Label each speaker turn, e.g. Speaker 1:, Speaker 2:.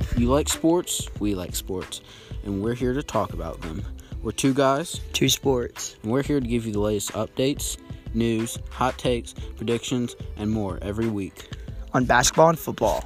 Speaker 1: If you like sports, we like sports, and we're here to talk about them. We're two guys,
Speaker 2: Two sports.
Speaker 1: and we're here to give you the latest updates, news, hot takes, predictions, and more every week.
Speaker 2: On basketball and football.